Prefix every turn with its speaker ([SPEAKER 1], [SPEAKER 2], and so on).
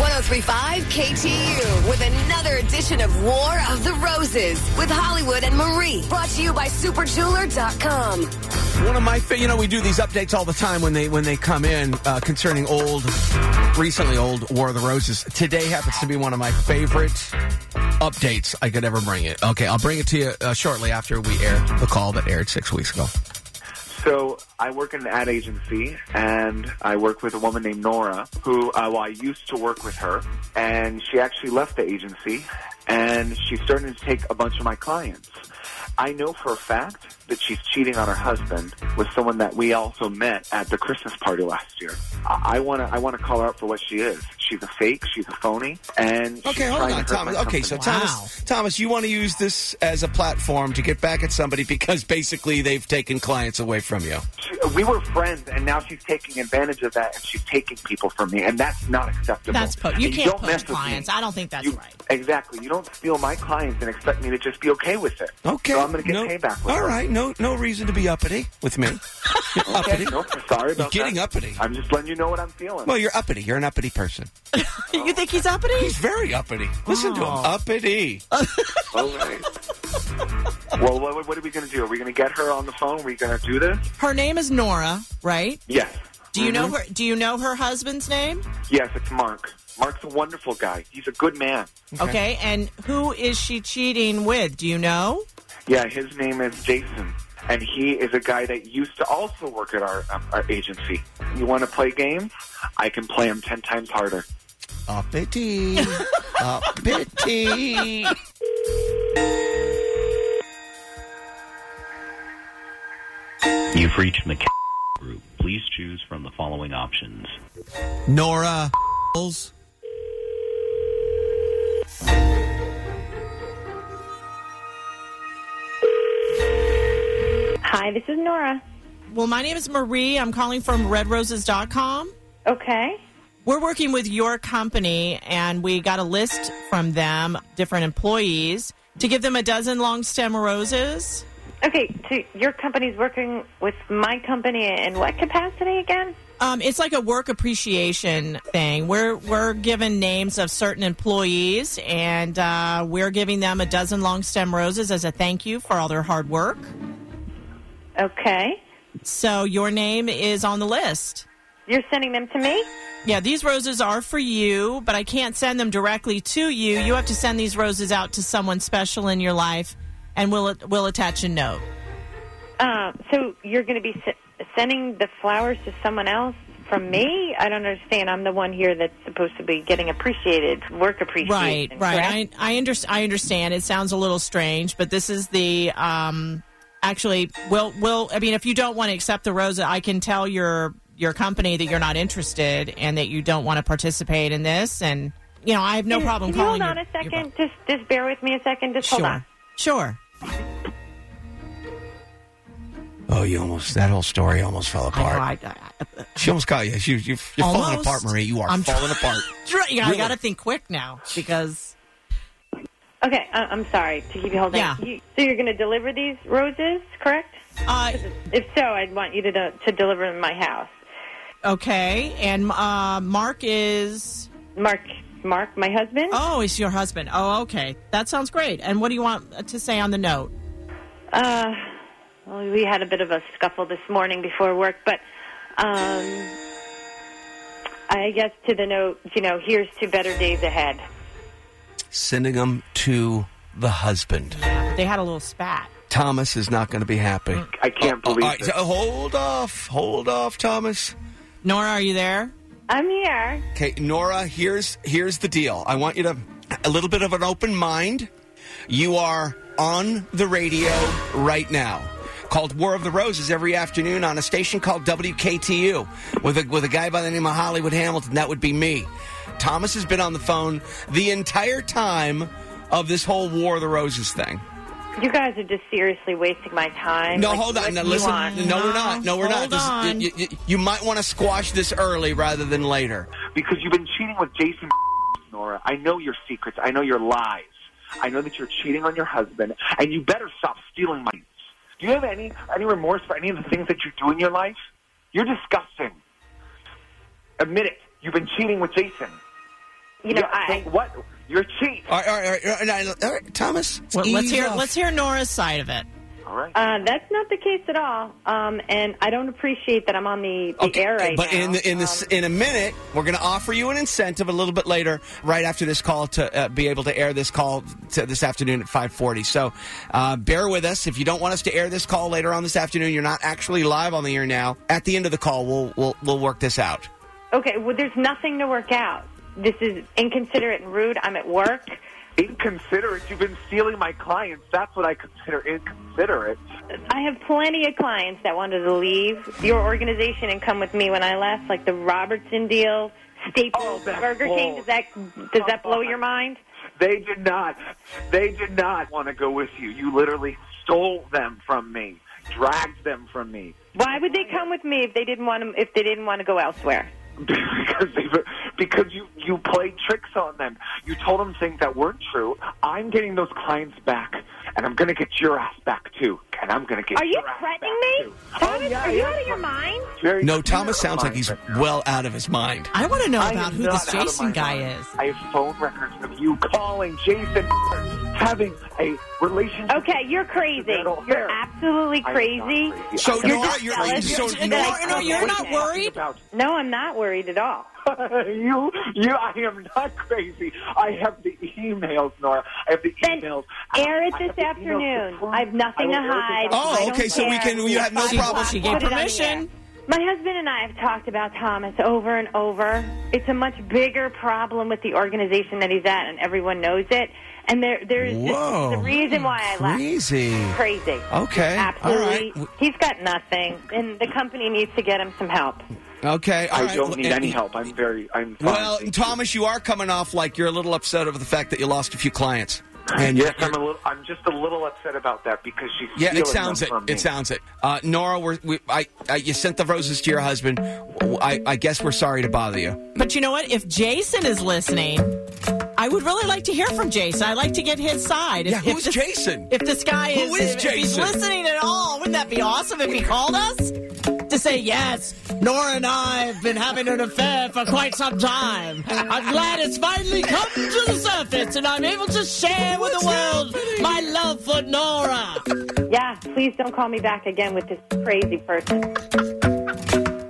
[SPEAKER 1] 1035 KTU with another edition of War of the Roses with Hollywood and Marie. Brought to you by superjeweler.com.
[SPEAKER 2] One of my, fa- you know, we do these updates all the time when they when they come in uh, concerning old, recently old War of the Roses. Today happens to be one of my favorite updates I could ever bring it. Okay, I'll bring it to you uh, shortly after we air the call that aired six weeks ago.
[SPEAKER 3] So I work in an ad agency, and I work with a woman named Nora, who uh, well, I used to work with her, and she actually left the agency, and she's starting to take a bunch of my clients. I know for a fact that she's cheating on her husband with someone that we also met at the Christmas party last year. I want to I want to call her out for what she is. She's a fake. She's a phony. And she's
[SPEAKER 2] Okay, hold
[SPEAKER 3] trying to
[SPEAKER 2] on,
[SPEAKER 3] hurt
[SPEAKER 2] Thomas.
[SPEAKER 3] my
[SPEAKER 2] Okay, so
[SPEAKER 3] company.
[SPEAKER 2] Thomas, Thomas, you want to use this as a platform to get back at somebody because basically they've taken clients away from you.
[SPEAKER 3] She- we were friends, and now she's taking advantage of that, and she's taking people from me, and that's not acceptable.
[SPEAKER 4] That's po- you
[SPEAKER 3] And
[SPEAKER 4] can't
[SPEAKER 3] don't mess with
[SPEAKER 4] poach
[SPEAKER 3] me.
[SPEAKER 4] clients. I don't think that's
[SPEAKER 3] You-
[SPEAKER 4] right.
[SPEAKER 3] Exactly. You don't steal my clients and expect me to just be okay with it.
[SPEAKER 2] Okay,
[SPEAKER 3] So I'm going to get
[SPEAKER 2] no,
[SPEAKER 3] payback. With
[SPEAKER 2] All
[SPEAKER 3] her.
[SPEAKER 2] right, no, no reason to be uppity with me. You're
[SPEAKER 3] Okay.
[SPEAKER 2] uppity.
[SPEAKER 3] No, sorry about
[SPEAKER 2] You're getting
[SPEAKER 3] that.
[SPEAKER 2] uppity.
[SPEAKER 3] I'm just letting you know what I'm feeling.
[SPEAKER 2] Well, you're uppity. You're an uppity person.
[SPEAKER 4] You think he's uppity?
[SPEAKER 2] He's very uppity. Listen to
[SPEAKER 4] Oh.
[SPEAKER 2] him. Uppity.
[SPEAKER 3] all right. well, what, what are we going to do? Are we going to get her on the phone? Are we going to do this?
[SPEAKER 4] Her name is Nora, right?
[SPEAKER 3] Yes. Mm-hmm.
[SPEAKER 4] Do you know her? Do you know her husband's name?
[SPEAKER 3] Yes, it's Mark. Mark's a wonderful guy. He's a good man.
[SPEAKER 4] Okay. and who is she cheating with? Do you know?
[SPEAKER 3] Yeah, his name is Jason, and he is a guy that used to also work at our um, our agency. You want to play games? I can play them ten times harder.
[SPEAKER 2] Uppity. uppity.
[SPEAKER 5] You've reached McCann Group. Please choose from the following options.
[SPEAKER 2] Nora. Oh,
[SPEAKER 6] Hi, this is Nora.
[SPEAKER 4] Well, my name is Marie. I'm calling from redroses.com.
[SPEAKER 6] Okay.
[SPEAKER 4] We're working with your company, and we got a list from them, different employees, to give them a dozen long stem roses.
[SPEAKER 6] Okay, so your company's working with my company in what capacity again?
[SPEAKER 4] Um, it's like a work appreciation thing. We're we're given names of certain employees, and uh, we're giving them a dozen long stem roses as a thank you for all their hard work.
[SPEAKER 6] Okay.
[SPEAKER 4] So your name is on the list.
[SPEAKER 6] You're sending them to me?
[SPEAKER 4] Yeah, these roses are for you, but I can't send them directly to you. You have to send these roses out to someone special in your life, and we'll we'll attach a note.
[SPEAKER 6] Uh, so you're going to be s- sending the flowers to someone else from me? I don't understand. I'm the one here that's supposed to be getting appreciated, work
[SPEAKER 4] Right,
[SPEAKER 6] appreciation.
[SPEAKER 4] right.
[SPEAKER 6] correct?
[SPEAKER 4] I I, under, I understand. It sounds a little strange, but this is the um. Actually, will will I mean, if you don't want to accept the rose, I can tell your your company that you're not interested and that you don't want to participate in this. And you know, I have no
[SPEAKER 6] Can-
[SPEAKER 4] problem
[SPEAKER 6] can you
[SPEAKER 4] calling.
[SPEAKER 6] Hold on
[SPEAKER 4] your-
[SPEAKER 6] a
[SPEAKER 4] your
[SPEAKER 6] second. Just, just bear with me a second. Just
[SPEAKER 4] sure,
[SPEAKER 6] hold on.
[SPEAKER 4] sure.
[SPEAKER 2] Oh, you almost, that whole story almost fell
[SPEAKER 4] I know,
[SPEAKER 2] apart.
[SPEAKER 4] I- I- I-
[SPEAKER 2] She almost got you. You, you you're falling
[SPEAKER 4] Almost.
[SPEAKER 2] apart, Marie. You are
[SPEAKER 4] I'm
[SPEAKER 2] falling apart.
[SPEAKER 4] Dr- yeah,
[SPEAKER 2] Really?
[SPEAKER 4] I got to think quick now because
[SPEAKER 6] Okay, I- I'm sorry to keep you holding.
[SPEAKER 4] Yeah.
[SPEAKER 6] You- so you're going to deliver these roses, correct?
[SPEAKER 4] uh,
[SPEAKER 6] If so, I'd want you to to deliver them in my house.
[SPEAKER 4] okay, and uh, Mark is
[SPEAKER 6] Mark, Mark, my husband.
[SPEAKER 4] oh, it's your husband. Oh, okay, that sounds great. And what do you want to say on the note?
[SPEAKER 6] Uh, well, we had a bit of a scuffle this morning before work, but um, I guess to the note, you know, here's to better days ahead.
[SPEAKER 2] Sending them to the husband.
[SPEAKER 4] They had a little spat.
[SPEAKER 2] Thomas is not going to be happy.
[SPEAKER 3] I can't
[SPEAKER 2] Oh, All
[SPEAKER 3] believe
[SPEAKER 2] right,
[SPEAKER 3] it.
[SPEAKER 2] so hold off. Hold off, Thomas.
[SPEAKER 4] Nora, are you there?
[SPEAKER 6] I'm here.
[SPEAKER 2] Okay, Nora, here's here's the deal. I want you to a little bit of an open mind. You are on the radio right now. Called War of the Roses every afternoon on a station called WKTU with a with a guy by the name of Hollywood Hamilton. That would be me. Thomas has been on the phone the entire time of this whole War of the Roses thing.
[SPEAKER 6] You guys are just seriously wasting my time.
[SPEAKER 2] No,
[SPEAKER 6] Like,
[SPEAKER 2] hold
[SPEAKER 6] what
[SPEAKER 2] on. No,
[SPEAKER 6] do you
[SPEAKER 2] listen.
[SPEAKER 6] want?
[SPEAKER 2] No, we're not. No, we're not.
[SPEAKER 4] Hold
[SPEAKER 2] This-
[SPEAKER 4] on.
[SPEAKER 2] you- you- you might want to squash this early rather than later.
[SPEAKER 3] because you've been cheating with Jason, Nora. I know your secrets. I know your lies. I know that you're cheating on your husband, and you better stop stealing my. Do you have any any remorse for any of the things that you do in your life? You're disgusting. Admit it. You've been cheating with Jason.
[SPEAKER 6] you know,
[SPEAKER 3] Yeah,
[SPEAKER 6] I,
[SPEAKER 3] so what? You're cheap.
[SPEAKER 2] All right, all right, all right, all right, all right, Thomas.
[SPEAKER 4] Well, let's
[SPEAKER 2] ease
[SPEAKER 4] hear
[SPEAKER 2] off.
[SPEAKER 4] let's hear Nora's side of it.
[SPEAKER 3] All right.
[SPEAKER 6] Uh, that's not the case at all, um, and I don't appreciate that I'm on the,
[SPEAKER 3] Oh,
[SPEAKER 6] the air right
[SPEAKER 2] but
[SPEAKER 6] now.
[SPEAKER 2] in the, in this
[SPEAKER 6] Um,
[SPEAKER 2] in a minute, we're going to offer you an incentive a little bit later, right after this call, to uh, be able to air this call to this afternoon at five forty. So uh, bear with us if you don't want us to air this call later on this afternoon. You're not actually live on the air now. At the end of the call, we'll we'll we'll work this out.
[SPEAKER 6] okay, well, there's nothing to work out. This is inconsiderate and rude. I'm at work.
[SPEAKER 3] inconsiderate. You've been stealing my clients. That's what I consider inconsiderate.
[SPEAKER 6] I have plenty of clients that wanted to leave your organization and come with me when I left, like the Robertson deal, Staples,
[SPEAKER 3] Oh, that's
[SPEAKER 6] Burger King.
[SPEAKER 3] bold.
[SPEAKER 6] Does that does that blow your mind?
[SPEAKER 3] They did not. They did not want to go with you. You literally stole them from me, dragged them from me
[SPEAKER 6] Why would they come with me if they didn't want to, if they didn't want to go elsewhere?
[SPEAKER 3] because they were, because you you played tricks on them. You told them things that weren't true. I'm getting those clients back, and I'm going to get your ass back too. And I'm going to get.
[SPEAKER 6] Are you
[SPEAKER 3] your ass
[SPEAKER 6] threatening
[SPEAKER 3] back,
[SPEAKER 6] me?
[SPEAKER 3] too.
[SPEAKER 6] Thomas,
[SPEAKER 3] Oh, yeah,
[SPEAKER 6] are you
[SPEAKER 3] yeah.
[SPEAKER 6] out of your mind?
[SPEAKER 3] Very-
[SPEAKER 2] No, Thomas
[SPEAKER 3] You're out
[SPEAKER 2] sounds
[SPEAKER 3] of
[SPEAKER 2] like
[SPEAKER 3] mind
[SPEAKER 2] he's
[SPEAKER 3] right now.
[SPEAKER 2] well out of his mind.
[SPEAKER 4] I want to know
[SPEAKER 3] I
[SPEAKER 4] about
[SPEAKER 3] am
[SPEAKER 4] who
[SPEAKER 3] not out of
[SPEAKER 4] this
[SPEAKER 3] my
[SPEAKER 4] Jason guy
[SPEAKER 3] mind.
[SPEAKER 4] is.
[SPEAKER 3] I have phone records of you calling Jason having a relationship.
[SPEAKER 6] Okay, you're
[SPEAKER 3] Is
[SPEAKER 6] crazy.
[SPEAKER 3] that all fair?
[SPEAKER 6] You're absolty
[SPEAKER 3] I am
[SPEAKER 6] crazy.
[SPEAKER 3] not crazy.
[SPEAKER 2] So
[SPEAKER 3] I am
[SPEAKER 2] Nora,
[SPEAKER 3] not
[SPEAKER 2] you're-
[SPEAKER 6] jealous.
[SPEAKER 2] so
[SPEAKER 6] You're just
[SPEAKER 2] Nora-
[SPEAKER 6] jealous.
[SPEAKER 4] No, you're
[SPEAKER 6] What
[SPEAKER 4] not
[SPEAKER 6] are you talking
[SPEAKER 4] worried?
[SPEAKER 3] about?
[SPEAKER 6] No, I'm not worried at all.
[SPEAKER 3] you, you, I am not crazy. I have the emails, Nora. I have the
[SPEAKER 6] Then
[SPEAKER 3] emails.
[SPEAKER 6] air it
[SPEAKER 3] I have
[SPEAKER 6] this
[SPEAKER 3] the emails
[SPEAKER 6] afternoon.
[SPEAKER 3] to prove-
[SPEAKER 6] I have
[SPEAKER 3] I
[SPEAKER 6] nothing
[SPEAKER 3] will
[SPEAKER 6] to
[SPEAKER 3] air this
[SPEAKER 6] hide.
[SPEAKER 3] afternoon.
[SPEAKER 2] Oh,
[SPEAKER 6] I don't
[SPEAKER 2] okay, so we
[SPEAKER 6] care.
[SPEAKER 2] can- you have no
[SPEAKER 6] Five
[SPEAKER 2] problem.
[SPEAKER 6] o'clock,
[SPEAKER 4] She gave
[SPEAKER 6] put it on the
[SPEAKER 4] permission.
[SPEAKER 6] air. My husband and I have talked about Thomas over and over. It's a much bigger problem with the organization that he's at, and everyone knows it. And there, there's this-
[SPEAKER 2] Whoa.
[SPEAKER 6] the reason why I left.
[SPEAKER 2] Crazy.
[SPEAKER 6] Crazy.
[SPEAKER 2] Okay,
[SPEAKER 6] Absolutely.
[SPEAKER 2] all right.
[SPEAKER 6] He's got nothing, and the company needs to get him some help.
[SPEAKER 2] Okay, all
[SPEAKER 3] I
[SPEAKER 2] right.
[SPEAKER 3] don't need
[SPEAKER 2] And-
[SPEAKER 3] any help. I'm very. I'm. fine.
[SPEAKER 2] Well, Thomas, you are coming off like you're a little upset over the fact that you lost a few clients. And
[SPEAKER 3] yes,
[SPEAKER 2] you're-
[SPEAKER 3] I'm a little. I'm just a little upset about that because she's.
[SPEAKER 2] Yeah, it
[SPEAKER 3] stealing
[SPEAKER 2] sounds
[SPEAKER 3] them
[SPEAKER 2] it.
[SPEAKER 3] from me.
[SPEAKER 2] It sounds it. Uh, Nora, we're, we, I, I, you sent the roses to your husband. I, I guess we're sorry to bother you.
[SPEAKER 4] But you know what? If Jason is listening, I would really like to hear from Jason. I'd like to get his side. If,
[SPEAKER 2] Yeah, who's
[SPEAKER 4] if this,
[SPEAKER 2] Jason?
[SPEAKER 4] If this guy is,
[SPEAKER 2] Who is
[SPEAKER 4] if, if he's
[SPEAKER 2] Jason?
[SPEAKER 4] listening at all, wouldn't that be awesome if he called us to say yes? Nora and I have been having an affair for quite some time. I'm glad it's finally come to the surface, and I'm able to share with the world my love for Nora.
[SPEAKER 6] Yeah, please don't call me back again with this crazy person.